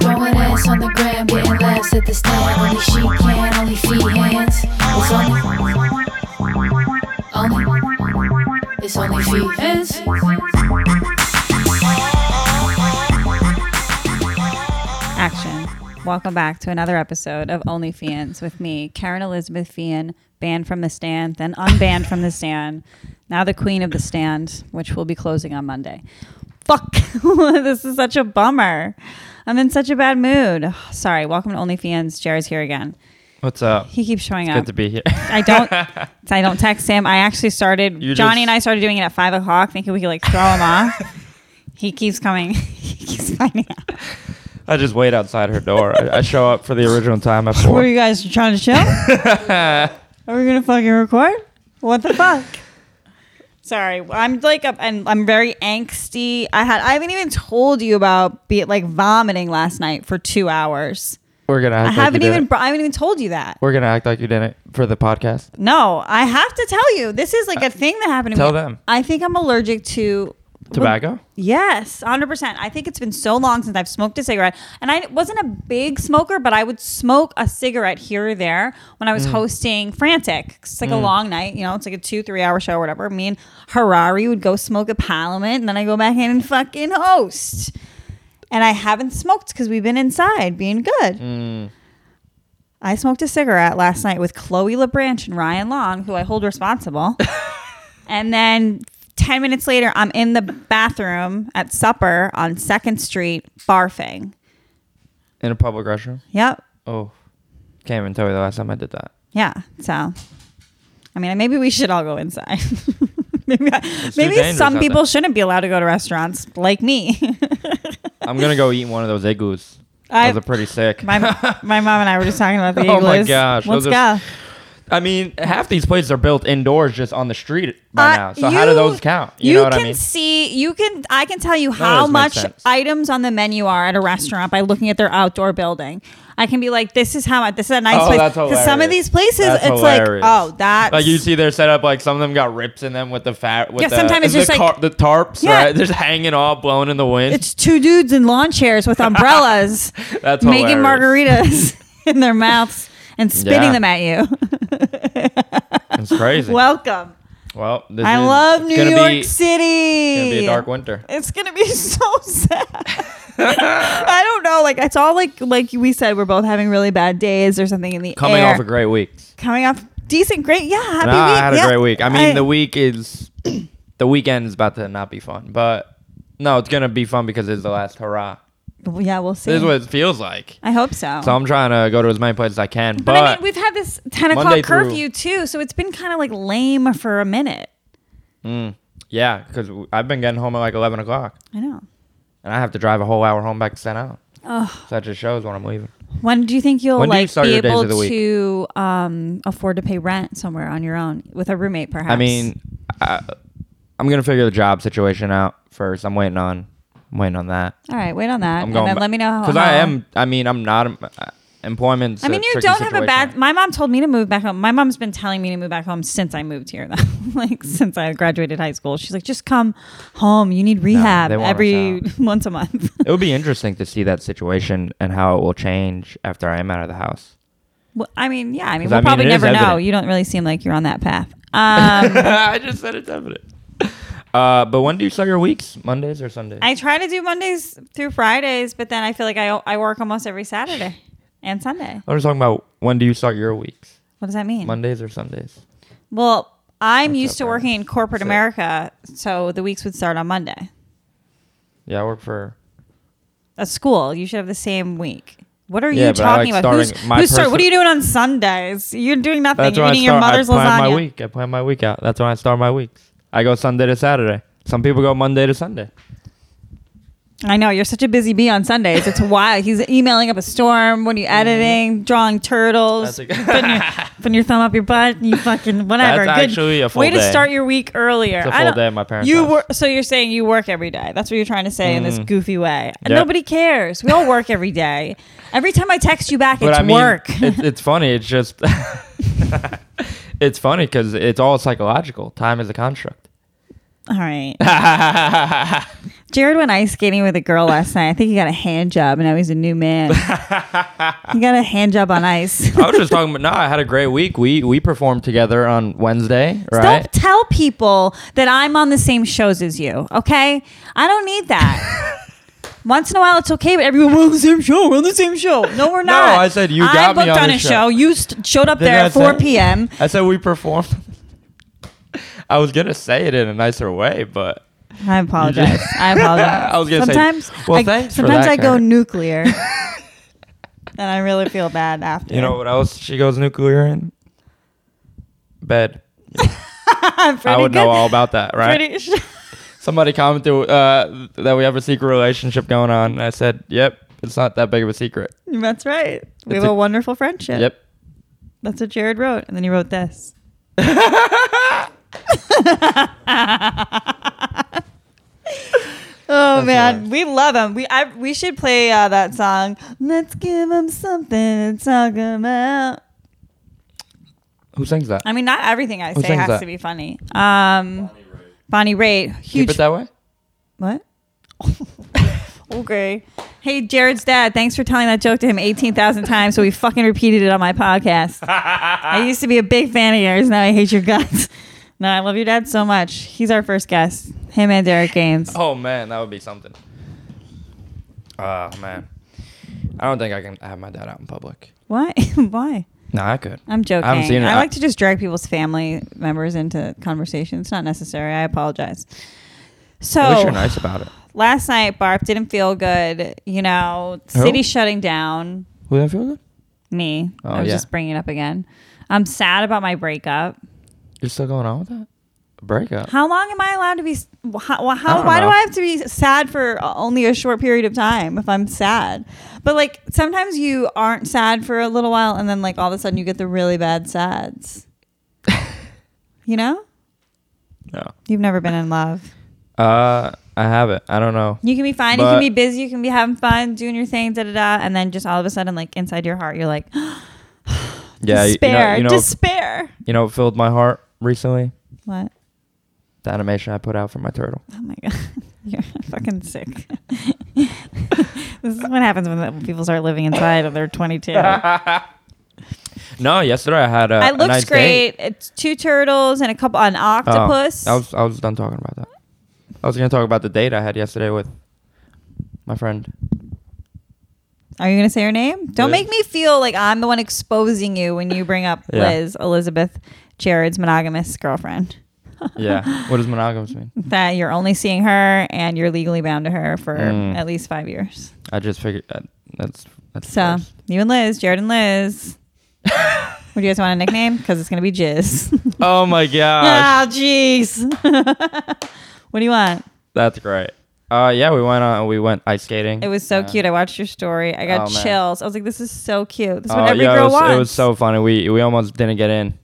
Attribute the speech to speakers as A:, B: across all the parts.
A: It's on the gram, getting laughs at this time. Only she can, only feet, hands. It's only, only, it's only feet, hands.
B: Action. Welcome back to another episode of Only Fians with me, Karen Elizabeth Fian, banned from the stand, then unbanned from the stand, now the queen of the stand, which will be closing on Monday. Fuck, this is such a bummer. I'm in such a bad mood. Sorry, welcome to Only Fians. Jared's here again.
C: What's up?
B: He keeps showing
C: Good
B: up.
C: to be here.
B: I don't. I don't text him. I actually started.
C: You
B: Johnny
C: just-
B: and I started doing it at five o'clock, thinking we could like throw him off. He keeps coming. He keeps finding out.
C: I just wait outside her door. I, I show up for the original time at
B: Were you
C: four.
B: guys trying to chill? Are we gonna fucking record? What the fuck? Sorry, I'm like, up and I'm very angsty. I had, I haven't even told you about be like vomiting last night for two hours.
C: We're gonna. Act
B: I
C: like
B: haven't
C: you
B: even,
C: Didn't.
B: br- I haven't even told you that.
C: We're gonna act like you didn't for the podcast.
B: No, I have to tell you. This is like a thing that happened to
C: Uh, Tell
B: me.
C: them.
B: I think I'm allergic to
C: Tobacco.
B: Yes, 100%. I think it's been so long since I've smoked a cigarette. And I wasn't a big smoker, but I would smoke a cigarette here or there when I was hosting Frantic. It's like a long night, you know, it's like a two, three hour show or whatever. Me and Harari would go smoke at Parliament, and then I go back in and fucking host. And I haven't smoked because we've been inside being good. I smoked a cigarette last night with Chloe LeBranch and Ryan Long, who I hold responsible. and then 10 minutes later, I'm in the bathroom at supper on 2nd Street barfing.
C: in a public restroom.
B: Yep.
C: Oh, can't even tell you the last time I did that.
B: Yeah. So, I mean, maybe we should all go inside. maybe I,
C: too
B: maybe
C: dangerous
B: some
C: out
B: people
C: there.
B: shouldn't be allowed to go to restaurants like me.
C: I'm gonna go eat one of those igloos.
B: I-
C: those are pretty sick.
B: my, my mom and I were just talking about the
C: Oh my
B: igloos.
C: gosh,
B: Let's
C: those
B: go.
C: are- I mean, half these places are built indoors, just on the street by
B: Uh,
C: now. So how do
B: you-
C: those count? You, know what
B: can
C: I mean?
B: see. You can. I can tell you
C: it
B: how
C: does make
B: much
C: sense.
B: items on the menu are at a restaurant by looking at their outdoor building. I can be like, this is how much. This is a nice
C: Oh,
B: place.
C: that's
B: 'Cause some of
C: hilarious.
B: these places,
C: That's
B: it's
C: hilarious.
B: like, oh, that's
C: Like you see, they're set up like some of them got rips in them with the fat. With
B: Yeah,
C: the,
B: sometimes it's
C: the
B: just like-
C: the tarps,
B: Yeah.
C: right? Just hanging all blown in the wind.
B: It's two dudes in lawn chairs with umbrellas,
C: That's
B: making
C: hilarious.
B: margaritas in their mouths and spitting
C: Yeah.
B: them at you.
C: It's crazy.
B: Welcome.
C: Well, this
B: I
C: is-
B: love
C: it's
B: New
C: gonna
B: York
C: be,
B: City.
C: It's gonna be a dark winter.
B: It's gonna be so sad. I don't know. Like it's all like like we said, we're both having really bad days or something in the
C: Coming
B: air.
C: off a great week.
B: coming off decent, great. Yeah, happy
C: Nah,
B: week.
C: I had a
B: yeah.
C: great week. I mean, the week is the weekend is about to not be fun, but no, it's gonna be fun because it's the last hurrah.
B: yeah, we'll see.
C: This is what it feels like.
B: I hope so.
C: So I'm trying to go to as many places as I can, but,
B: but I mean, we've had this ten
C: Monday
B: o'clock
C: through-
B: curfew too, so it's been kind of like lame for a minute.
C: yeah, because I've been getting home at like 11 o'clock,
B: I know.
C: and I have to drive a whole hour home back to Staten Island. Oh. So that just shows when I'm leaving.
B: When do you think you'll
C: When do you
B: like
C: start
B: be
C: your days
B: able
C: of the week?
B: to um, afford to pay rent somewhere on your own with a roommate, perhaps?
C: I mean, I, I'm gonna figure the job situation out first. I'm waiting on, I'm waiting on that.
B: all right, wait on that,
C: I'm
B: and
C: going.
B: then let me know how.
C: Because I
B: how-
C: am. I mean, I'm not. Uh, employment's.
B: I mean,
C: a
B: you
C: tricky
B: don't have a bad.
C: situation.
B: My mom told me to move back home. My mom's been telling me to move back home since I moved here, though. like since I graduated high school, she's like, "Just come home. You need rehab
C: they want us
B: every
C: out.
B: once a month."
C: It would be interesting to see that situation and how it will change after I am out of the house.
B: well, I mean, yeah. I mean,
C: 'Cause,
B: we'll
C: I mean,
B: probably
C: it is
B: never know.
C: evident.
B: You don't really seem like you're on that path. Um,
C: I just said it's evident. Uh, but when do you start your weeks? Mondays or Sundays?
B: I try to do Mondays through Fridays, but then I feel like I I work almost every Saturday and Sunday.
C: I was talking about when do you start your weeks?
B: What does that mean?
C: Mondays or Sundays?
B: Well, I'm used
C: up,
B: to
C: Brandon?
B: working in corporate
C: Sit.
B: America, so the weeks would start on Monday.
C: Yeah, I work for.
B: a school, you should have the same week. What are
C: Yeah,
B: you
C: but I
B: talking
C: like
B: about? Who's,
C: starting my
B: who's start, what
C: person-
B: are you doing on Sundays? You're doing nothing.
C: That's
B: You're
C: when
B: eating
C: I
B: your
C: start.
B: mother's
C: I plan
B: lasagna.
C: my week. I plan my week out. That's when I start my weeks. I go Sunday to Saturday. Some people go Monday to Sunday.
B: I know you're such a busy bee on Sundays. It's wild. He's emailing up a storm. What are you editing? Drawing turtles.
C: Mm-hmm. That's a-
B: putting, your, putting your thumb up your butt. And you fucking whatever.
C: That's
B: Good
C: actually a full
B: way to
C: day.
B: start your week earlier.
C: It's a
B: I
C: full
B: don't-
C: day at my parents'
B: You
C: house. Mm-hmm.
B: work. So you're saying you work every day. That's what you're trying to say in this goofy way. And
C: Yep.
B: Nobody cares. We all work every day. Every time I text you back,
C: but
B: it's
C: I mean,
B: work.
C: it's, it's funny. It's just, it's funny because it's all psychological. Time is a construct.
B: all right. Jared went ice skating with a girl last night. I think he got a hand job, and now he's a new man. he got a hand job on ice.
C: I was just talking about. No, I had a great week. We we performed together on Wednesday, right?
B: Don't tell people that I'm on the same shows as you, okay? I don't need that. Once in a while, it's okay, but everyone, we're on the same show. We're on the same show. No, we're not.
C: I said you got me
B: booked
C: on
B: on
C: the
B: a
C: show.
B: show. You st- showed up
C: Didn't
B: there
C: I
B: at 4
C: say-
B: p.m.
C: I said we performed. I was gonna say it in a nicer way, but
B: I apologize. I apologize.
C: I was gonna say,
B: sometimes
C: well,
B: I,
C: thanks for
B: sometimes
C: that,
B: I go
C: Karen.
B: nuclear, and I really feel bad after.
C: you know what else she goes nuclear in? Bed.
B: I'm pretty
C: I would
B: good.
C: know all about that, right?
B: Pretty sure.
C: Somebody commented uh, that we have a secret relationship going on, and I said, "Yep, it's not that big of a secret."
B: That's right. We
C: It's
B: have a,
C: a-
B: wonderful friendship.
C: Yep.
B: That's what Jared wrote, and then he wrote this. Oh man, we love him. We I, we should play uh, that song. Let's give him something to talk about.
C: Who sings that?
B: I mean, not everything I
C: Who
B: say
C: sings
B: has
C: that?
B: to be funny. Um, Bonnie Raitt,
C: Keep
B: huge.
C: it that way.
B: what? okay. Hey, Jared's dad. Thanks for telling that joke to him eighteen thousand times. So we fucking repeated it on my podcast. I used to be a big fan of yours. Now I hate your guts. No, I love your dad so much. He's our first guest. Him and Derek Gaines.
C: Oh man, that would be something. Oh man, I don't think I can have my dad out in public.
B: Why? Why?
C: No, I could.
B: I'm joking.
C: I
B: I,
C: haven't seen it.
B: like to just drag people's family members into conversation. It's not necessary. I apologize.
C: At least
B: So
C: you're nice about it.
B: last night, Barf didn't feel good. You know,
C: Who?
B: city shutting down.
C: Who didn't feel good?
B: Me.
C: Oh,
B: I was
C: yeah.
B: just bringing it up again. I'm sad about my breakup.
C: You're still going on with that? Breakup.
B: How long am I allowed to be? s- How, how
C: don't
B: why do
C: know.
B: I have to be sad for only a short period of time if I'm sad? But like sometimes you aren't sad for a little while, and then like all of a sudden you get the really bad sads. you know,
C: No.
B: you've never been in love.
C: Uh, I have it. I don't know.
B: You can be fine. you
C: But-
B: can be busy. You can be having fun, doing your thing, da da da, and then just all of a sudden, like inside your heart, you're like
C: Yeah, you-
B: despair,
C: you know, you know,
B: despair.
C: you know, what filled my heart recently.
B: What?
C: The animation I put out for my turtle.
B: Oh my god, you're fucking sick. this is what happens when people start living inside and they're 22.
C: No, yesterday I had a.
B: I
C: a
B: looks
C: nice date.
B: great. It's two turtles and a couple an
C: Oh,
B: octopus.
C: I was I was done talking about that. I was gonna talk about the date I had yesterday with my friend.
B: Are you gonna say her name? Don't
C: Liz.
B: make me feel like I'm the one exposing you when you bring up
C: Yeah.
B: Liz Elizabeth Jared's monogamous girlfriend.
C: Yeah. what does monogamous mean?
B: that you're only seeing her and you're legally bound to her for
C: Mm.
B: at least five years.
C: I just figured uh, that's that's.
B: So
C: first.
B: you and Liz, Jared and Liz. Would you guys want a nickname? Because it's gonna be Jizz.
C: Oh my gosh,
B: Ah, jeez. what do you want?
C: that's great. Uh, yeah, we went on. We went ice skating.
B: It was so
C: Uh,
B: cute. I watched your story. I got
C: Oh, man.
B: chills. I was like, this is so cute. This is
C: oh,
B: what every
C: yeah,
B: girl
C: it was,
B: wants.
C: It was so funny. We we almost didn't get in,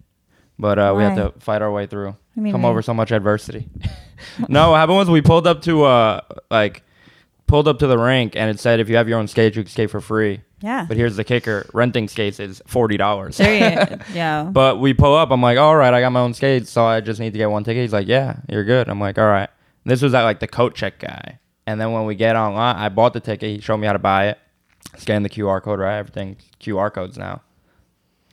C: but uh, we had
B: Why?
C: to fight our way through.
B: I mean,
C: Come
B: we-
C: over so much adversity. no, what happened was we pulled up to uh like pulled up to the rink and it said if you have your own skates you can skate for free.
B: Yeah.
C: But here's the kicker: renting skates is forty dollars.
B: There you- yeah.
C: But we pull up. I'm like, all right, I got my own skates, so I just need to get one ticket. He's like, yeah, you're good. I'm like, all right. This was at like the coat check guy. And then when we get online, I bought the ticket. He showed me how to buy it. Scan the QR code, right? Everything QR codes now.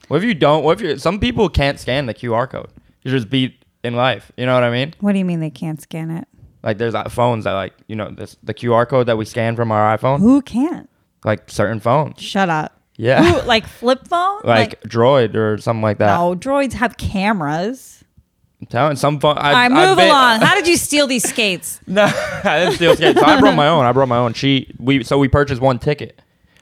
C: What if you don't? What if you? Some people can't scan the QR code. You're just beat in life. You know what I mean?
B: what do you mean they can't scan it?
C: Like there's uh, phones that like you know this the QR code that we scan from our iPhone.
B: Who can't?
C: Like certain phones.
B: Shut up.
C: Yeah.
B: Who, like flip phone?
C: Like, Droid or something like that.
B: no, droids have cameras.
C: I'm telling some phone. I,
B: All right,
C: I
B: move
C: bet-
B: along. How did you steal these skates?
C: No, I didn't steal skates. So I brought my own. I brought my own. She we so we purchased one ticket,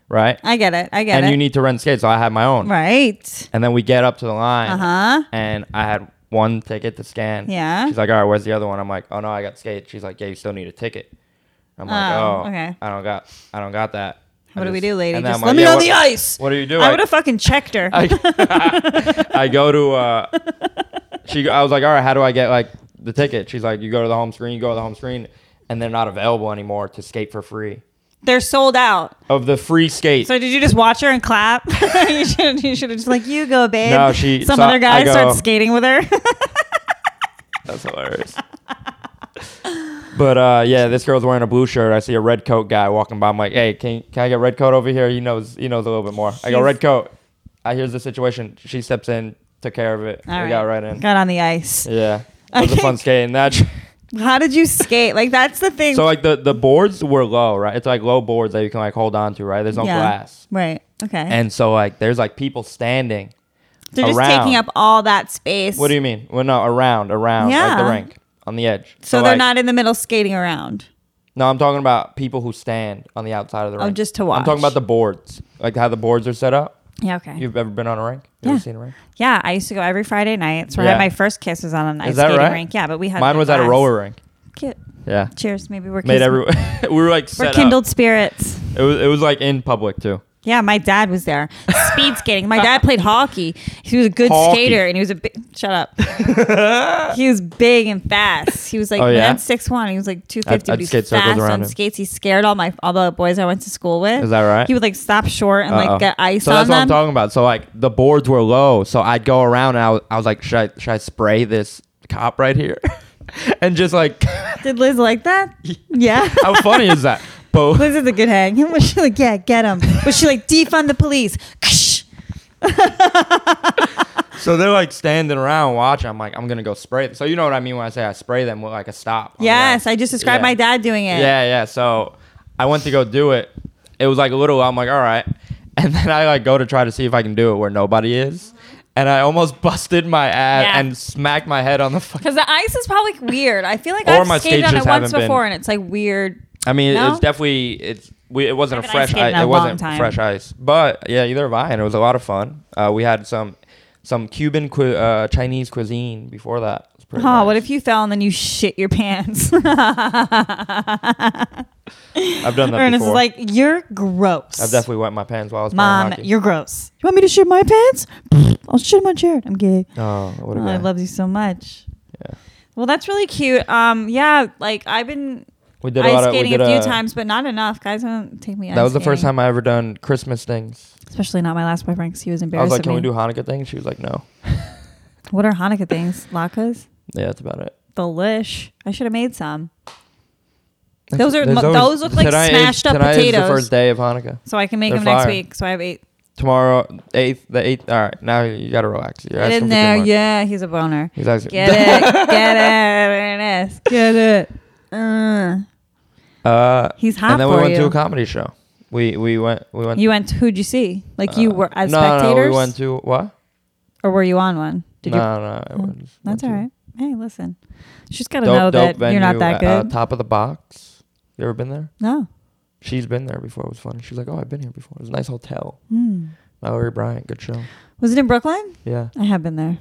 C: right?
B: I get it. I get
C: and
B: it.
C: you need to rent skates, so I had my own.
B: right.
C: And then we get up to the line,
B: Uh-huh.
C: and I had one ticket to scan.
B: Yeah.
C: She's like, "All right, where's the other one?" I'm like, "Oh no, I got skates." She's like, "Yeah, you still need a ticket." I'm like,
B: Oh,
C: "Oh,
B: okay.
C: I don't got, I don't got that." I
B: What do we
C: just-
B: do, lady?
C: and then
B: Just
C: I'm
B: let
C: like,
B: me
C: "Yeah,
B: on
C: what-
B: the ice.
C: What do you do?
B: I
C: I-
B: would have fucking checked her.
C: I, I go to uh she I was like, all right, how do I get like the ticket? She's like, you go to the home screen, you go to the home screen, and they're not available anymore to skate for free.
B: They're sold out.
C: Of the free skate.
B: So did you just watch her and clap? you should you should have just like you go, babe.
C: No, she-
B: Some
C: so
B: other guy
C: I go-
B: starts skating with her.
C: That's hilarious. But uh, yeah, this girl's wearing a blue shirt. I see a red coat guy walking by. I'm like, hey, can, can I get red coat over here? He knows he knows a little bit more. I go
B: She's-
C: red coat. I here's the situation. She steps in, took care of it.
B: All
C: we got right in.
B: Got on the ice.
C: Yeah, it was a fun skate. And that
B: How did you skate? Like that's the thing.
C: so like the the boards were low, right? It's like low boards that you can like hold on to, right? There's no
B: Yeah.
C: glass.
B: Right. Okay.
C: And so like there's like people standing.
B: They're just
C: around.
B: taking up all that space.
C: What do you mean? Well, no, around, around, like the
B: Yeah.
C: rink, on the edge.
B: So they're
C: like-
B: not in the middle skating around.
C: No, I'm talking about people who stand on the outside of the
B: Oh,
C: rink.
B: just to
C: I'm talking
B: watch.
C: about the boards, like how the boards are set up.
B: Yeah. Okay.
C: You've ever been on a rink? You ever
B: Yeah.
C: seen a rink?
B: yeah, I used to go every Friday night. That's where I
C: Yeah.
B: had my first kiss was on an ice
C: Is that
B: skating
C: right?
B: rink. Yeah, but we had
C: Mine
B: no
C: was at a
B: glass.
C: roller rink.
B: Cute.
C: Yeah.
B: Cheers. Maybe we're
C: Made
B: kissing-
C: everyone. we were like
B: We're
C: set
B: kindled
C: up.
B: spirits.
C: It was it was like in public too.
B: Yeah, my dad was there. Speed skating. My dad played hockey. He was a good
C: Hockey.
B: skater, and he was a big. Shut up. he was big and fast. He was like
C: Oh,
B: my
C: yeah?
B: dad's six one. He was like two fifty.
C: I'd- I'd
B: But he's
C: skate
B: fast
C: circles around
B: on
C: him.
B: skates. He scared all my all the boys I went to school with.
C: Is that right?
B: He would like stop short and
C: Uh-oh.
B: like get ice
C: so
B: on
C: that's what I'm
B: them.
C: talking about. So like the boards were low, so I'd go around and I was, I was like, should I should I spray this cop right here? and just like,
B: Did Liz like that? Yeah.
C: how funny is that? But
B: Liz is a good hang. Was she like, yeah, get him? Was she like, defund the police? Ksh.
C: So they're like standing around watching. I'm like, I'm gonna go spray them. So you know what I mean when I say I spray them with like a stop. on the
B: Yes,
C: ice.
B: I just described
C: Yeah.
B: my dad doing it.
C: Yeah, yeah. So I went to go do it. It was like a little. I'm like, all right. And then I like go to try to see if I can do it where nobody is, and I almost busted my ass
B: Yeah.
C: and smacked my head on the fucking.
B: Because the ice is probably weird. I feel like
C: Or my
B: I've skated
C: skates
B: on it
C: just
B: once
C: haven't been-
B: before, and it's like weird.
C: I mean,
B: No?
C: it's definitely it's we, it wasn't a
B: I haven't ice
C: fresh
B: skated
C: ice.
B: in a
C: It wasn't
B: long time.
C: fresh ice, but yeah, either have I. And it was a lot of fun. Uh, we had some some Cuban cu- uh, Chinese cuisine before that. It was
B: Oh,
C: pretty nice.
B: what if you fell and then you shit your pants?
C: I've done that
B: Ernest
C: before.
B: is like, you're gross.
C: I've definitely wet my pants while I was
B: Mom,
C: playing hockey.
B: you're gross. You want me to shit my pants? I'll shit my chair. I'm gay.
C: oh, what a
B: Oh, I
C: guy.
B: love you so much.
C: Yeah.
B: Well, that's really cute. Um, yeah, like I've been
C: We did a
B: ice
C: lot of. We
B: skating
C: did
B: a few
C: a,
B: times, but not enough. Guys don't take me.
C: That was the first time I ever done Christmas things.
B: especially not my last boyfriend because he was
C: I was
B: embarrassed.
C: like,
B: of
C: "Can we
B: me.
C: do Hanukkah things?" She was like, "No."
B: What are Hanukkah things? Latkes,
C: Yeah, that's about it.
B: delish. I should have made some. Those are
C: There's
B: mo- those
C: always-
B: look like
C: tonight is-
B: smashed up
C: tonight
B: potatoes.
C: Is the first day of Hanukkah.
B: So I can make
C: They're
B: them next
C: fire.
B: week. So I have eight.
C: Tomorrow, eighth, the eighth. All right, now you gotta relax. You're
B: Get
C: asking
B: in
C: for too
B: there,
C: much.
B: yeah. He's a boner.
C: He's asking-
B: Get it, get it, Ernest. Get it. Uh,
C: Uh,
B: He's hot
C: And then
B: for
C: we went to
B: you.
C: a comedy show. We we went we went. uh,
B: you went. Who'd you see? Like you were as
C: no,
B: spectators,
C: No, no, we went to what?
B: or were you on one? Did
C: no,
B: you? Oh,
C: no, it was- went
B: That's
C: to
B: all right. Hey, listen. She's got to
C: Dope,
B: know that
C: dope venue,
B: you're not that good.
C: Uh, top of the box. You ever been there?
B: no.
C: She's been there before. It was fun. She's like, "Oh, I've been here before. It was a nice hotel."
B: Hmm.
C: Mallory Bryant, good show.
B: Was it in Brooklyn?
C: Yeah,
B: I have been there.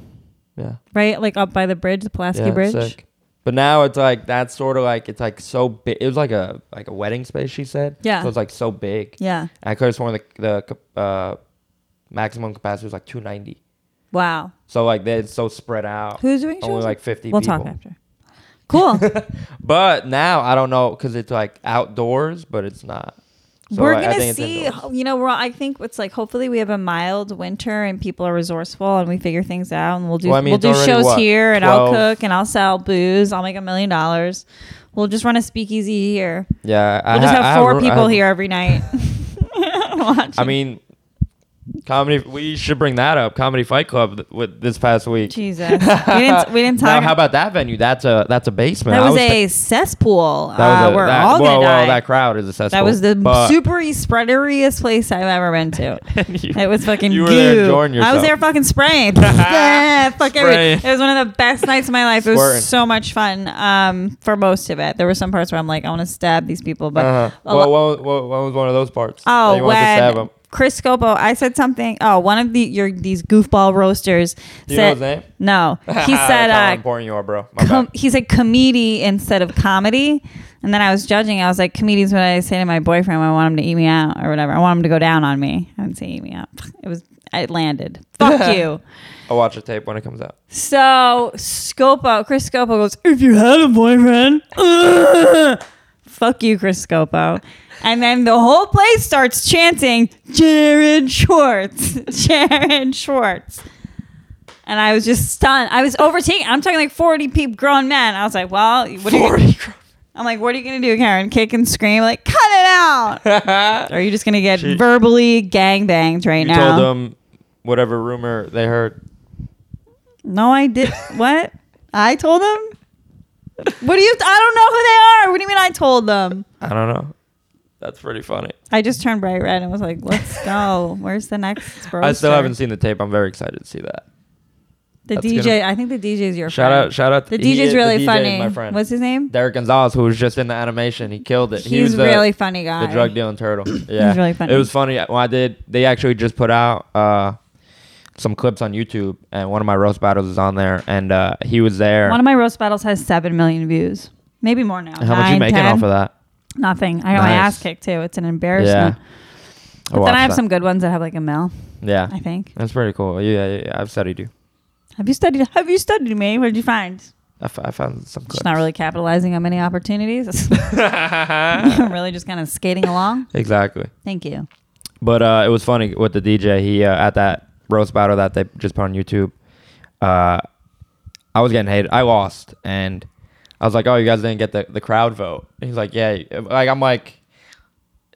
C: yeah.
B: Right, like up by the bridge, the Pulaski
C: yeah,
B: Bridge.
C: sick. But now it's like that's sort of like it's like so big. It was like a like a wedding space. She said.
B: Yeah.
C: So it's like so big.
B: Yeah.
C: I could have sworn the the cap- uh, maximum capacity was like 290.
B: Wow.
C: So like they- it's so spread out.
B: Who's doing shows?
C: Oh, Only like 50
B: we'll
C: people.
B: talk after. Cool.
C: But now I don't know because it's like outdoors, but it's not. So
B: we're
C: I- I
B: gonna
C: think it's
B: see.
C: indoors.
B: You know, we're. I think it's like hopefully we have a mild winter and people are resourceful and we figure things out and we'll do
C: Well, I mean,
B: we'll
C: it's
B: do
C: already
B: shows
C: what,
B: here and
C: 12?
B: I'll cook and I'll sell booze. I'll make a million dollars. We'll just run a speakeasy here.
C: Yeah, I
B: We'll just
C: ha-
B: have,
C: I
B: four
C: ru- I
B: people
C: have-
B: here every night. Watching.
C: I mean, comedy. We should bring that up. Comedy Fight Club th- with this past week.
B: Jesus, we didn't we didn't
C: Now,
B: talk.
C: how about that venue? That's a that's a basement.
B: that
C: I
B: was,
C: was
B: a cesspool.
C: That was
B: uh,
C: a-
B: we're
C: that-
B: all gonna
C: well,
B: die.
C: well, that crowd is accessible.
B: That was the
C: but-
B: supery spreaderiest place I've ever been to.
C: You-
B: It was fucking
C: you were
B: goo.
C: there enjoying yourself.
B: I was there fucking spraying. yeah, fuck
C: Spraying.
B: everything. It was one of the best nights of my life. It
C: Squirting.
B: was so much fun um, for most of it. There were some parts where I'm like, I want to stab these people, but
C: Uh-huh.
B: a
C: Well,
B: lo-
C: what, what, what was one of those parts? That
B: oh,
C: you wanted to stab
B: when
C: him.
B: Chris Scopo, I said something. Oh, one of the your these goofball roasters
C: Do you know
B: said
C: his name?
B: no. He
C: That's
B: said
C: how
B: uh,
C: important you are, bro. My
B: com-
C: bad.
B: he said comedy instead of comedy. And then I was judging. I was like, comedy's what I say to my boyfriend when I want him to eat me out or whatever. I want him to go down on me. I would say eat me out. It was, it landed. Fuck you.
C: I'll watch the tape when it comes out.
B: So Scopo, Chris Scopo goes, if you had a boyfriend, ugh." fuck you, Chris Scopo. And then the whole place starts chanting, Jared Schwartz, Jared Schwartz. And I was just stunned. I was overtaken. I'm talking like 40 peep grown men. I was like, well, what do you? I'm like, what are you gonna do, Karen? Kick and scream? Like, cut it out. Or are you just gonna get verbally gang banged right
C: You
B: now?
C: told them whatever rumor they heard.
B: no, I did. what? I told them. What do you? I don't know who they are. What do you mean? I told them.
C: I don't know. That's pretty funny.
B: I just turned bright red and was like, let's go. Where's the next? Roaster?
C: I still haven't seen the tape. I'm very excited to see that.
B: the
C: that's
B: DJ.
C: gonna-
B: I think the DJ is your
C: Shout
B: friend.
C: out! Shout out!
B: The
C: he
B: DJ's
C: is-
B: really
C: DJ is
B: funny.
C: My friend.
B: What's his name?
C: Derek Gonzalez, who was just in the animation, he killed it. he
B: He's
C: was the,
B: really funny guy.
C: the drug dealing turtle. Yeah,
B: really funny.
C: It was funny. Well, I did. They actually just put out uh, some clips on YouTube, and one of my roast battles is on there, and uh, he was there.
B: One of my roast battles has seven million views, maybe more now.
C: How much you
B: Nine,
C: making
B: 10?
C: off of that?
B: Nothing. I got my
C: Nice.
B: ass kicked too. It's an
C: Yeah.
B: embarrassment.
C: I
B: But then
C: watched
B: I have
C: that.
B: some good ones that have like a mil.
C: Oh, Yeah,
B: I think.
C: that's pretty cool. Yeah, yeah, yeah. I've studied you.
B: Have you studied? Have you studied me? What did you find?
C: I, f- I found some clips.
B: Just not really capitalizing on many opportunities. I'm really just kind of skating along.
C: exactly.
B: Thank you.
C: But uh, it was funny with the DJ. He uh, at that roast battle that they just put on YouTube. Uh, I was getting hated. I lost, and I was like, "Oh, you guys didn't get the, the crowd vote." And he's like, "Yeah." Like I'm like,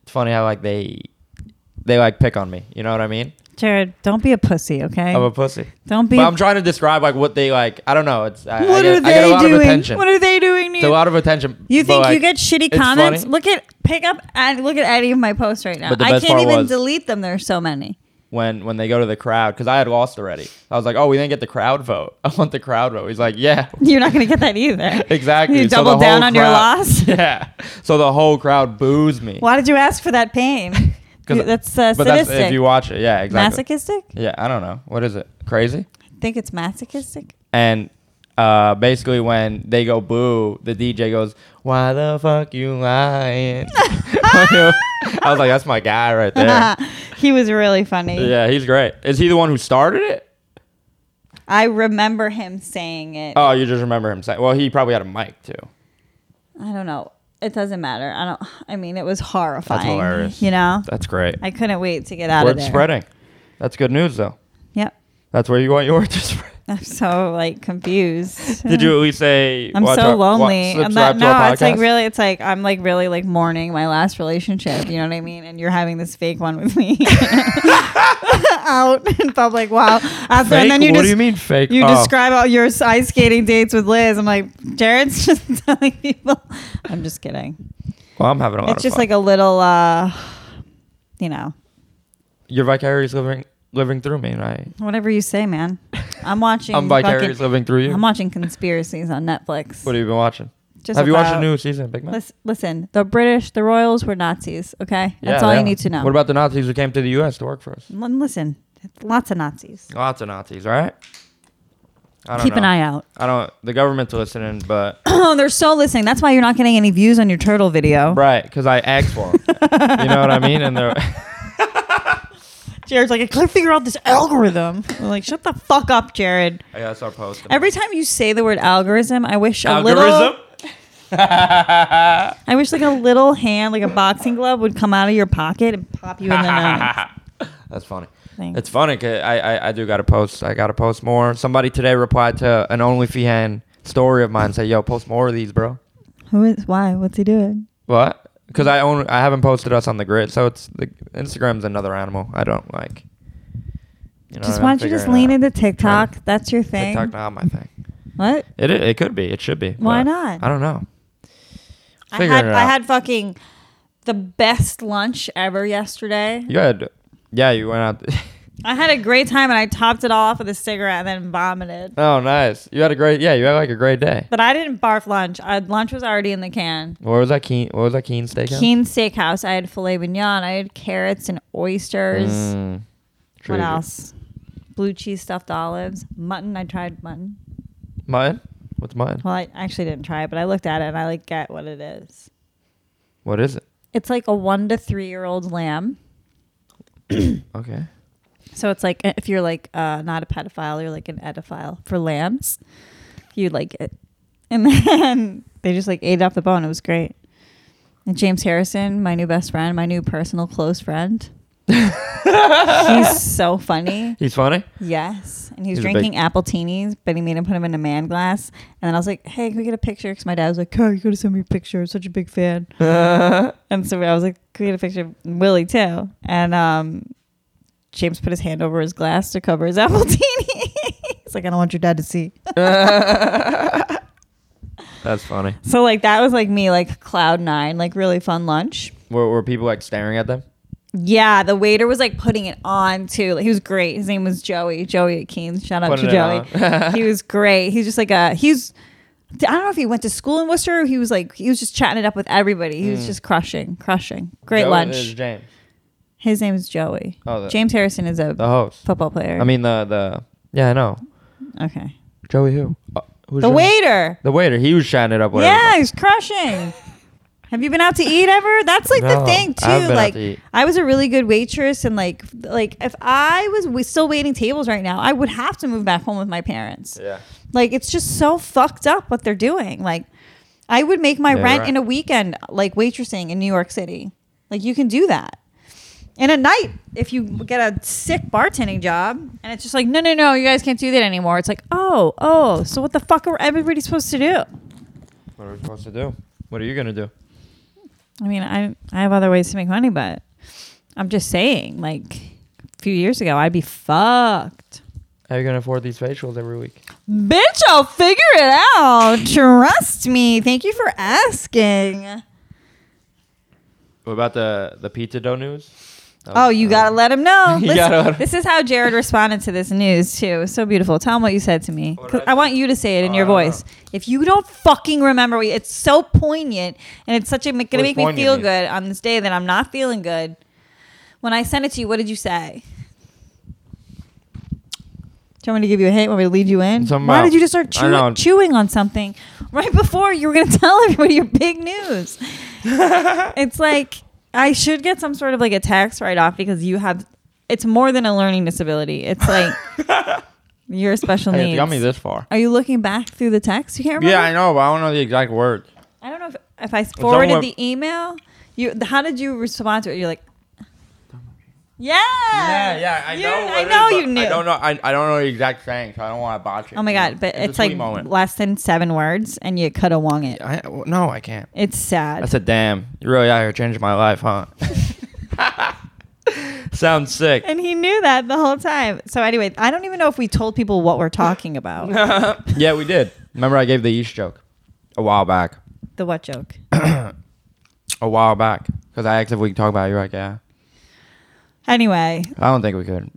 C: it's funny how like they they like pick on me. You know what I mean?
B: Jared, don't be a pussy, okay?
C: I'm a pussy.
B: don't be.
C: But
B: a-
C: I'm trying to describe like what they like. I don't know. It's I,
B: what
C: I get,
B: are
C: I get a
B: they
C: lot of
B: doing?
C: attention.
B: What are they doing? to
C: it's a
B: you?
C: lot of attention.
B: You
C: but,
B: think you
C: like,
B: get shitty
C: it's
B: comments?
C: funny
B: Look at pick up and look at any of my posts right now.
C: But the
B: I
C: best
B: can't
C: part
B: even
C: was-
B: delete them. There's so many.
C: when when they go to the crowd because I had lost already. I was like, "Oh, we didn't get the crowd vote. I want the crowd vote." He's like, "Yeah,
B: You're not gonna get that either.
C: Exactly.
B: You
C: So
B: double
C: the whole
B: down on your
C: crowd-
B: loss.
C: Yeah. So the whole crowd boos me.
B: Why did you ask for that pain?
C: 'Cause-
B: You- that's uh,
C: But
B: sadistic.
C: that's if you watch it. Yeah, exactly.
B: Masochistic?
C: Yeah, I don't know. What is it? Crazy?
B: Think it's masochistic?
C: And uh, basically, when they go boo, the DJ goes, "Why the fuck you lying?" I was like, "That's my guy right there."
B: he was really funny.
C: yeah, he's great. Is he the one who started it?
B: I remember him saying it.
C: Oh, you just remember him saying. Well, he probably had a mic too.
B: I don't know. It doesn't matter. I don't. I mean, it was horrifying.
C: hilarious.
B: You know,
C: That's great.
B: I couldn't wait to get out of
C: Word
B: there.
C: spreading. That's good news though.
B: Yep.
C: That's where you want your word to spread.
B: I'm so like confused.
C: Did you at least say?
B: I'm
C: watch
B: so
C: our- wa-
B: lonely. I'm
C: subscribe
B: not,
C: to our
B: no, it's like
C: podcast?
B: really, it's like I'm like really like mourning my last relationship. You know what I mean? And you're having this fake one with me out in public. Wow. After,
C: Fake?
B: and then you
C: what
B: just,
C: do you mean fake?
B: You
C: Oh.
B: describe all your ice skating dates with Liz. I'm like, Jared's just telling people. I'm just kidding.
C: Well, I'm having a lot
B: It's just like a little, uh, you know,
C: you're vicariously living living through me, and I
B: whatever you say, man. I'm watching.
C: I'm vicariously
B: fucking,
C: living through you.
B: I'm watching conspiracies on Netflix.
C: what have you been watching?
B: Just
C: have you watched the
B: about-
C: new season, of Big Man?
B: Listen, listen, the British, the Royals were Nazis. Okay, that's
C: Yeah,
B: all
C: they
B: you
C: are.
B: need to know.
C: What about the Nazis who came to the U.S. to work for us?
B: L- Listen, lots of Nazis.
C: Lots of Nazis, all right. I don't
B: Keep an
C: know.
B: eye out.
C: I don't. The government's listening, but
B: Oh, they're so listening. That's why you're not getting any views on your turtle video.
C: right because I asked for 'em. you know what I mean? And they're
B: Jared's like, I couldn't figure out this algorithm. I'm like, shut the fuck up, Jared.
C: I gotta start posting.
B: Every time you say the word algorithm, I wish a
C: algorithm.
B: little, I wish like a little hand, like a boxing glove, would come out of your pocket and pop you in the nose.
C: That's funny.
B: Thanks.
C: It's funny 'cause I, I I do gotta post. I gotta post more. Somebody today replied to an OnlyFan story of mine and say, "Yo, post more of these, bro."
B: Who is? Why? What's he doing?
C: What? Because I own I haven't posted us on the grid, so it's the Instagram's another animal. I don't like. You know,
B: just
C: I'm
B: why don't you just
C: figuring
B: lean
C: it out.
B: into TikTok? That's your thing.
C: TikTok not my thing.
B: What?
C: It i- it could be. It should be.
B: Why
C: but
B: not?
C: I don't know.
B: I
C: Figuring
B: had
C: it
B: I
C: out.
B: had fucking the best lunch ever yesterday.
C: You had, yeah, you went out.
B: I had a great time and I topped it all off with a cigarette and then vomited.
C: oh, nice. You had a great. Yeah, you had like a great day.
B: But I didn't barf lunch. I, lunch was already in the can.
C: What was that Keen? What was that Keen Steakhouse?
B: Keen Steakhouse. I had filet mignon. I had carrots and oysters.
C: Mm,
B: what
C: treated.
B: else? Blue cheese stuffed olives. Mutton. I tried mutton.
C: Mutton. What's mutton?
B: Well, I actually didn't try it, but I looked at it and I like get what it is.
C: What is it?
B: It's like a one to three year old lamb.
C: Okay.
B: So it's like if you're like uh, not a pedophile, you're like an edophile for lambs. You'd like it. And then they just like ate up the bone. It was great. And James Harrison, my new best friend, my new personal close friend. he's so funny.
C: He's funny.
B: Yes. And he was
C: He's a big-
B: drinking apple teenies, but he made him put them in a man glass. And then I was like, hey, can we get a picture? Because my dad was like, oh, you got to send me a picture. I'm such a big fan. and so I was like, can we get a picture of Willie too? And um, James put his hand over his glass to cover his apple teeny. He's like, I don't want your dad to see.
C: That's funny.
B: So like that was like me, like cloud nine, like really fun lunch.
C: Were, were people like staring at them?
B: Yeah, the waiter was like putting it on too. Like, he was great. His name was Joey. Joey at Keene's. Shout out
C: Putting it
B: to Joey. he was great. He's just like a he's. I don't know if he went to school in Worcester. Or he was like he was just chatting it up with everybody. He was just crushing, crushing. Great
C: Joe
B: lunch.
C: Mm. is James,
B: His name is Joey.
C: Oh, the-
B: James Harrison is a
C: the host.
B: football player.
C: I mean the the yeah I know
B: okay,
C: Joey who Uh, who's
B: the
C: Joey?
B: waiter.
C: the waiter he was shining it up. with
B: Yeah,
C: everybody.
B: he's crushing. Have you been out to eat ever? That's like the
C: No,
B: thing too.
C: I haven't been out
B: like
C: to eat.
B: I was a really good waitress, and like like if I was we still waiting tables right now, I would have to move back home with my parents.
C: yeah.
B: Like it's just so fucked up what they're doing. Like I would make my
C: you're
B: rent
C: right.
B: in a weekend like waitressing in New York City. Like you can do that. And at night, if you get a sick bartending job and it's just like, no, no, no, you guys can't do that anymore. It's like, oh, oh, so what the fuck are everybody supposed to do?
C: What are we supposed to do? What are you gonna do?
B: I mean, I I have other ways to make money, but I'm just saying, like a few years ago, I'd be fucked.
C: How are you gonna afford these facials every week?
B: Bitch, I'll figure it out. Trust me. Thank you for asking.
C: What about the the pizza dough news?
B: Oh, you gotta let him know.
C: You
B: Listen,
C: gotta let him-
B: This is how Jared responded to this news too. It was so beautiful. Tell him what you said to me.
C: What
B: 'Cause
C: did I
B: I
C: say?
B: want you to say it in
C: Oh,
B: your
C: I don't
B: voice. If you don't fucking remember, what you, it's so poignant, and it's such a gonna
C: does
B: make me
C: poignant
B: feel
C: mean?
B: good on this day that I'm not feeling good. When I sent it to you, what did you say? Do you want me to give you a hint? Want me to lead you in?
C: Something
B: Why
C: about-
B: did you just start
C: I don't know.
B: chewing, chewing on something right before you were going to tell everybody your big news? it's like I should get some sort of like a tax write off because you have. It's more than a learning disability. It's like your special
C: Hey, it
B: needs.
C: got me this far.
B: Are you looking back through the text? You can't remember.
C: Yeah, I know, but I don't know the exact words.
B: I, don't know if if I forwarded
C: somewhere-
B: the email. You how did you respond to it? You're like, yeah,
C: Yeah, yeah, I
B: You-
C: know. what
B: I
C: it is,
B: know
C: but
B: you knew.
C: I don't know. I, I don't know the exact saying, so I don't want to botch it.
B: Oh my
C: you know?
B: god! But
C: a
B: it's,
C: sweet
B: like
C: moment.
B: less than seven words, and you could have won it.
C: I, well, no, I can't.
B: It's sad.
C: I said, damn, you really out here changing my life, huh? Sounds sick.
B: and he knew that the whole time. So anyway, I don't even know if we told people what we're talking about.
C: yeah, we did. Remember, I gave the East joke a while back.
B: the what joke?
C: A while back, because I asked if we could talk about it. You're like, yeah.
B: Anyway,
C: I don't think we could.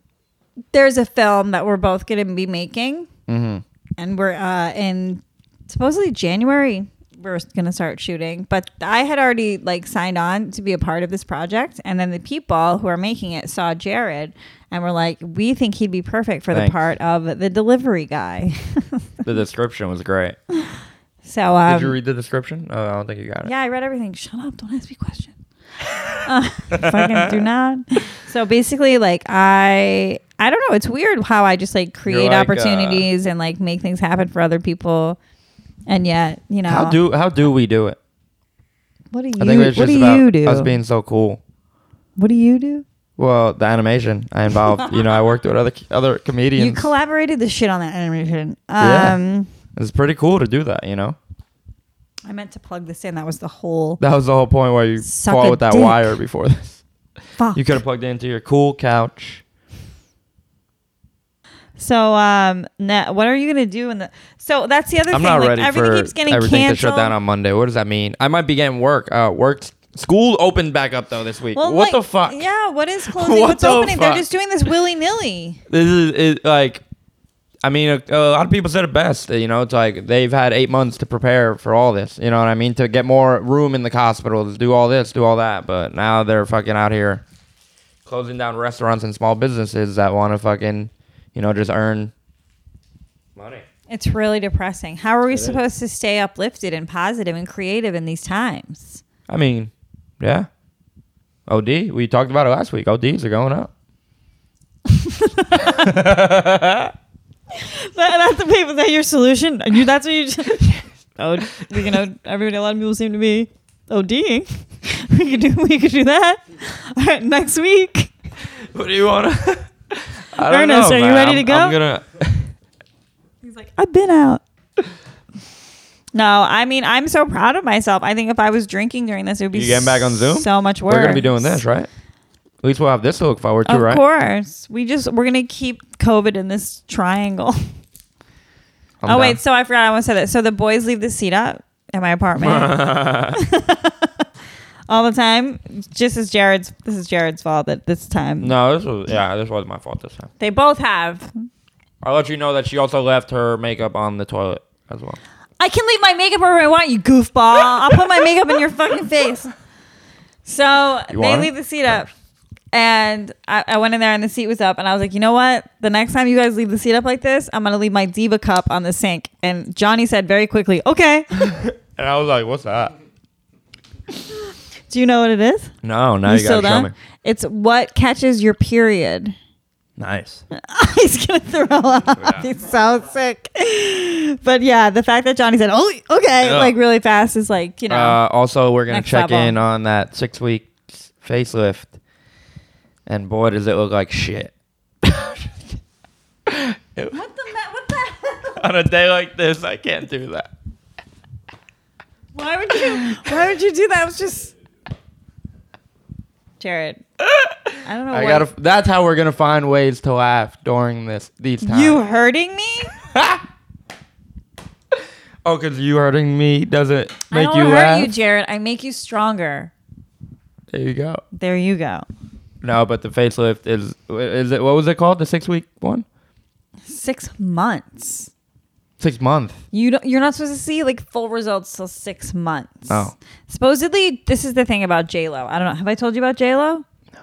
B: there's a film that we're both going to be making,
C: Mm-hmm.
B: and we're uh, in supposedly January. We're going to start shooting, but I had already like signed on to be a part of this project, and then the people who are making it saw Jared and were like, "We think he'd be perfect for
C: Thanks.
B: the part of the delivery guy."
C: The description was great.
B: so um,
C: did you read the description? Oh, I don't think you got it.
B: Yeah, I read everything. Shut up! Don't ask me questions. uh, fucking do not. So basically, like I, I don't know. It's weird how I just like create
C: like, uh,
B: opportunities and like make things happen for other people, and yet you know
C: How do how do we do it?
B: what do you
C: I think it's
B: what
C: just
B: do
C: about
B: you do?
C: us being so cool.
B: what do you do?
C: Well, the animation I involved. you know, I worked with other other comedians.
B: You collaborated the shit on that animation.
C: Yeah.
B: Um,
C: it's pretty cool to do that. You know,
B: I meant to plug this in. That was the whole
C: that was the whole point where you
B: Suck
C: fought
B: a
C: with that
B: dick.
C: wire before this.
B: fuck.
C: You could have plugged it into your cool couch.
B: So um, na- what are you gonna do? In the so that's the other
C: I'm
B: thing.
C: not
B: like,
C: ready
B: everything
C: for
B: keeps getting
C: everything
B: canceled.
C: to shut down on Monday. What does that mean? I might be getting work. Uh, work. School opened back up though this week.
B: Well,
C: what
B: like,
C: the fuck?
B: Yeah, what is closing?
C: What
B: What's
C: the
B: opening? They're
C: fuck?
B: just doing this willy nilly.
C: This is it, like, I mean, a, a lot of people said it best. You know, it's like they've had eight months to prepare for all this. You know what I mean? To get more room in the hospitals, do all this, do all that. But now they're fucking out here closing down restaurants and small businesses that want to fucking, you know, just earn money.
B: It's really depressing. How are we
C: is.
B: supposed to stay uplifted and positive and creative in these times?
C: I mean, yeah. OD, we talked about it last week. ODs are going up.
B: that's the paper. That your solution? that's what you. oh, we can. Everybody, a lot of people seem to be ODing. We could do. We could do that. All right, next week.
C: What do you want to? I don't
D: Ernest,
C: know,
D: are you
C: man.
D: ready
C: I'm-
D: to go?
C: I'm gonna.
B: He's like, I've been out. No, I mean I'm so proud of myself. I think if I was drinking during this, it would be
C: You getting back on Zoom?
B: So much worse.
C: We're gonna be doing this, right? At least we'll have this to look forward to,
B: Of
C: right?
B: course, we just we're gonna keep COVID in this triangle.
C: I'm
B: oh
C: down.
B: wait, so I forgot I almost said that. So the boys leave the seat up at my apartment all the time. Just as Jared's, this is Jared's fault that this time
C: no, this was yeah, this was my fault this time.
B: they both have.
C: I'll let you know that she also left her makeup on the toilet as well.
B: I can leave my makeup wherever I want, you goofball. I'll put my makeup in your fucking face. So they
C: You want it?
B: leave the seat up. And I, I went in there and the seat was up. And I was like, you know what? The next time you guys leave the seat up like this, I'm going to leave my Diva cup on the sink. And Johnny said very quickly, okay.
C: And I was like, "What's that?"
B: Do you know what it is?
C: No, now you,
B: still
C: gotta show
B: don't?
C: me.
B: It's what catches your period.
C: Nice.
B: Oh. He's going to throw up. He's so sick. But yeah, the fact that Johnny said, oh, okay,
C: Yeah.
B: like really fast is like, you know.
C: Uh, also, we're gonna
B: Next
C: check
B: level.
C: in on that six week facelift, and boy, does it look like shit.
B: what the, ma- what the hell?
C: on a day like this, I can't do that.
B: Why would you? Why would you do that? It was just Jared. I don't know.
C: I
B: what-
C: gotta. That's how we're gonna find ways to laugh during this these times.
B: You hurting me?
C: oh, cause you hurting me doesn't
B: I
C: make
B: don't
C: you
B: hurt
C: laugh.
B: you, Jared. I make you stronger.
C: there you go.
B: There you go.
C: No, but the facelift is is it what was it called? The six week one?
B: Six months.
C: Six month.
B: You don't, you're not supposed to see like full results till six months.
C: Oh.
B: Supposedly, this is the thing about J Lo. I don't know. Have I told you about J Lo? No.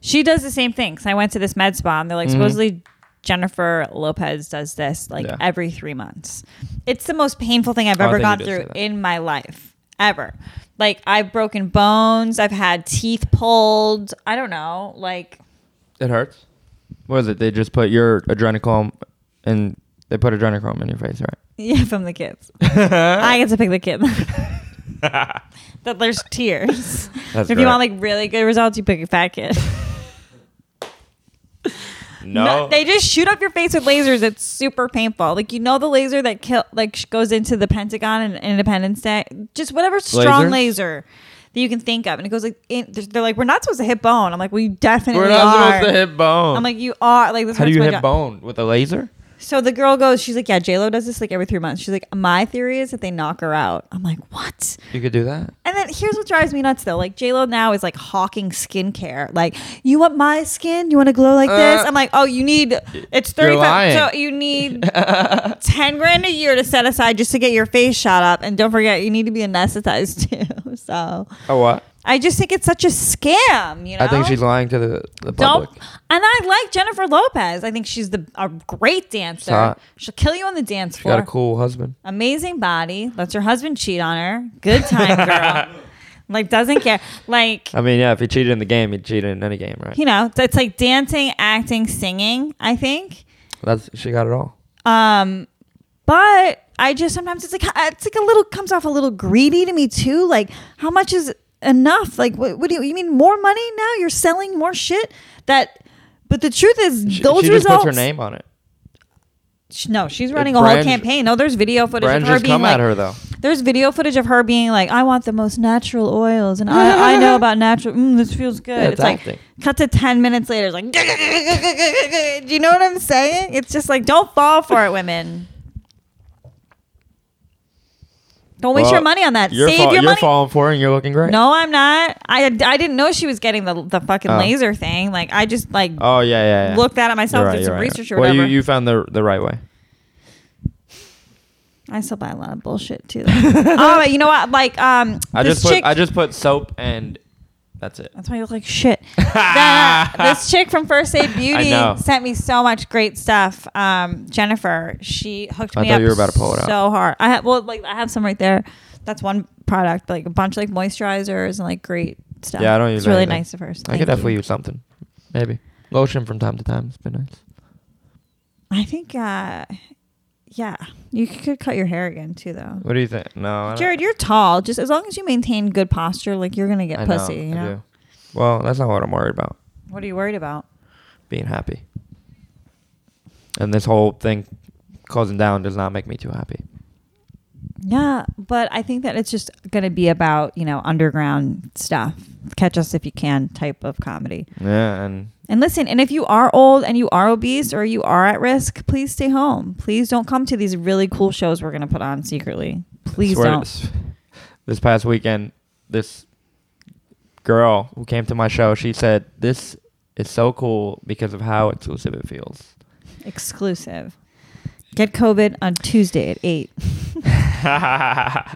B: She does the same thing. So I went to this med spa, and they're like, supposedly Jennifer Lopez does this like
C: Mm-hmm. Yeah.
B: every three months. It's the most painful thing I've
C: Oh, I
B: ever
C: think you
B: gone
C: did say
B: through
C: that.
B: in my life ever. Like I've broken bones. I've had teeth pulled. I don't know. Like
C: It hurts. What is it? They just put your adrenochrome and they put adrenochrome in your face, right?
B: Yeah, from the kids. I get to pick the kid. that there's tears.
C: That's
B: if you want like really good results, you pick a fat kid. No, they just shoot up your face with lasers. It's super painful. Like you know the laser that kill like sh- goes into the Pentagon and Independence Day. Just whatever strong
C: Lasers?
B: laser that you can think of, and it goes like in, they're they're like we're not supposed to hit bone. I'm like we definitely
C: We're not
B: are.
C: supposed to hit bone.
B: I'm like you are like this.
C: how do
B: hurts
C: you
B: my
C: hit
B: jaw.
C: bone with a laser?
B: So the girl goes, she's like, yeah, J Lo does this like every three months. She's like, my theory is that they knock her out. I'm like, what?
C: You could do that.
B: And then here's what drives me nuts though. Like J Lo now is like hawking skincare. Like, you want my skin? You want to glow like this?
C: Uh,
B: I'm like, oh, you need it's
C: you're
B: 35.
C: lying.
B: So you need 10 grand a year to set aside just to get your face shot up. And don't forget, you need to be anesthetized too. So
C: Oh what?
B: I just think it's such a scam. You know,
C: I think she's lying to the, the
B: don't.
C: public.
B: And I like Jennifer Lopez. I think she's the a great dancer.
C: hot.
B: She'll kill you on the dance
C: She got
B: floor.
C: a cool husband.
B: Amazing body. Lets her husband cheat on her. Good time, girl. like doesn't care. Like
C: I mean, yeah, if he cheated in the game, he cheated in any game, right?
B: you know, it's like dancing, acting, singing. I think.
C: That's she got it all.
B: Um, but I just sometimes it's like uh, it's like a little comes off a little greedy to me too. Like how much is enough? Like what, what do you, you mean more money now? You're selling more shit that. But the truth is,
C: She,
B: those
C: she just
B: results.
C: puts her name on it.
B: Sh- No, she's running a whole
C: Brand-
B: campaign. No, there's video footage
C: Brand
B: of her
C: just
B: being
C: come
B: like,
C: at her though.
B: There's video footage of her being like, "I want the most natural oils, and I, I know about natural. Mm, this feels good."
C: Yeah,
B: it's
C: it's
B: like
C: acting.
B: cut to ten minutes later. It's like, do you know what I'm saying? It's just like, don't fall for it, women. Don't waste
C: Well,
B: your money on that.
C: You're,
B: Save
C: fall-
B: your
C: you're
B: money.
C: falling for it and you're looking great.
B: No, I'm not. I I didn't know she was getting the the fucking
C: Oh.
B: laser thing. Like I just like
C: Oh yeah, yeah. yeah.
B: looked that at myself,
C: You're
B: did
C: you're
B: some research or
C: well,
B: whatever.
C: you you found the the right way.
B: I still buy a lot of bullshit too. oh, but you know what? Like um,
C: I
B: this
C: just put
B: chick-
C: I just put soap and that's it.
B: That's why you look like shit. Then, uh, this chick from First Aid Beauty
C: know.
B: sent me so much great stuff. Um, Jennifer, she hooked
C: I
B: me
C: thought
B: up
C: you were about to pull it out.
B: so hard. I have well, like I have some right there. That's one product, like a bunch of like moisturizers and like great stuff.
C: Yeah, I don't
B: It's
C: use
B: really
C: anything.
B: nice of her. so
C: I
B: thank
C: could definitely
B: you.
C: use something, maybe lotion from time to time. It's been nice.
B: I think, uh, yeah, you could cut your hair again too, though.
C: What do you think? No, I don't-
B: Jared, you're tall. Just as long as you maintain good posture, like you're gonna get
C: I know,
B: pussy. You
C: I
B: know.
C: do. Well, that's not what I'm worried about.
B: What are you worried about?
C: being happy. And this whole thing closing down does not make me too happy.
B: Yeah, but I think that it's just going to be about, you know, underground stuff, catch us if you can type of comedy.
C: Yeah, and
B: And listen, and if you are old and you are obese or you are at risk, please stay home. Please don't come to these really cool shows we're going to put on secretly. Please
C: swear to
B: don't.
C: this- This past weekend, this girl who came to my show, she said, "This is so cool because of how exclusive it feels."
B: Exclusive. Get COVID on Tuesday at 8.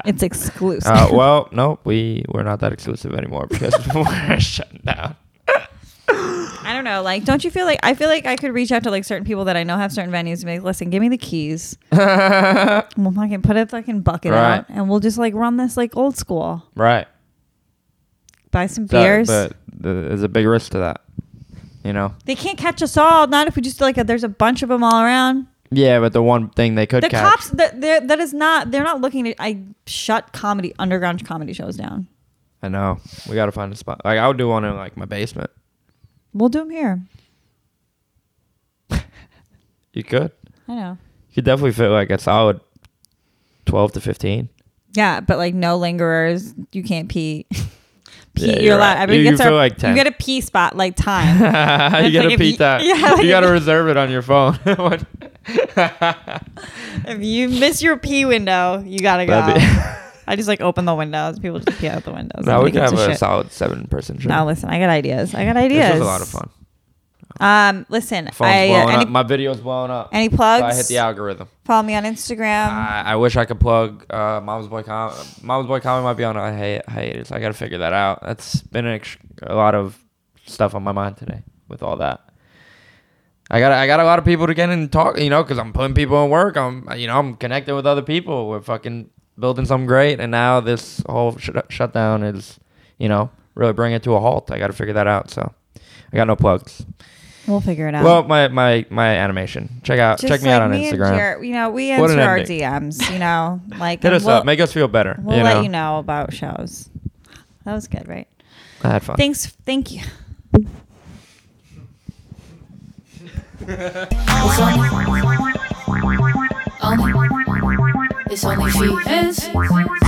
B: It's exclusive.
C: Uh, well, nope, we we're not that exclusive anymore because we're shutting down.
B: I don't know. Like, don't you feel like I feel like I could reach out to like certain people that I know have certain venues and be like, listen, give me the keys. We'll fucking put a fucking bucket
C: Right.
B: out and we'll just like run this like old school.
C: right.
B: Buy some
C: So-
B: beers.
C: but th- there's a big risk to that, you know.
B: they can't catch us all. Not if we just like a, there's a bunch of them all around.
C: Yeah, but the one thing they could
B: The
C: catch.
B: cops that they're- that is not they're not looking to I shut comedy underground comedy shows down.
C: I know. We gotta find a spot. Like I would do one in like my basement.
B: We'll do them here.
C: You could.
B: I know.
C: You could definitely fit like a solid twelve to fifteen.
B: Yeah, but like no lingerers. You can't pee. pee,
C: Yeah,
B: you're,
C: you're
B: allowed.
C: right.
B: Everybody
C: You- you
B: gets
C: feel
B: our-
C: like 10.
B: you get a pee spot like time.
C: you gotta
B: like if
C: peep
B: you-
C: that.
B: yeah, like
C: you
B: if-
C: gotta reserve it on your phone. What-
B: If you miss your pee window, you gotta go.
C: That'd be-
B: I just like open the windows. People just pee out the windows.
C: now we
B: Nobody
C: can
B: gives
C: have a
B: shit.
C: solid seven person show.
B: Now listen, I got ideas. I got ideas.
C: this was a lot of fun.
B: Um, listen,
C: Phone's
B: I uh,
C: blowing
B: any,
C: up. My video's blowing up.
B: any
C: So
B: plugs?
C: I hit the Uh, algorithm.
B: Follow me on Instagram.
C: I, I wish I could plug uh, Mom's Boy Com. Mom's Boy Comedy might be on a hi- hiatus. I gotta figure that out. That's been an ex- a lot of stuff on my mind today with all that. I got I got a lot of people to get in and talk, you know, because I'm putting people in work. I'm you know I'm connected with other people. We're fucking building something great, and now this whole sh- shutdown is you know really bringing it to a halt. I got to figure that out. So I got no plugs.
B: we'll figure it out.
C: Well, my my my animation. Check out
B: Just
C: check me
B: like
C: out on
B: and
C: Instagram.
B: Jared, you know, we
C: What an
B: answer our
C: ending.
B: DMs. You know, like
C: Hit
B: and
C: us
B: we'll,
C: up. Make us feel better.
B: we'll
C: you
B: let
C: know?
B: you know about shows. That was good, right?
C: I had fun.
B: Thanks. Thank you.
A: It's only, only, it's only she is.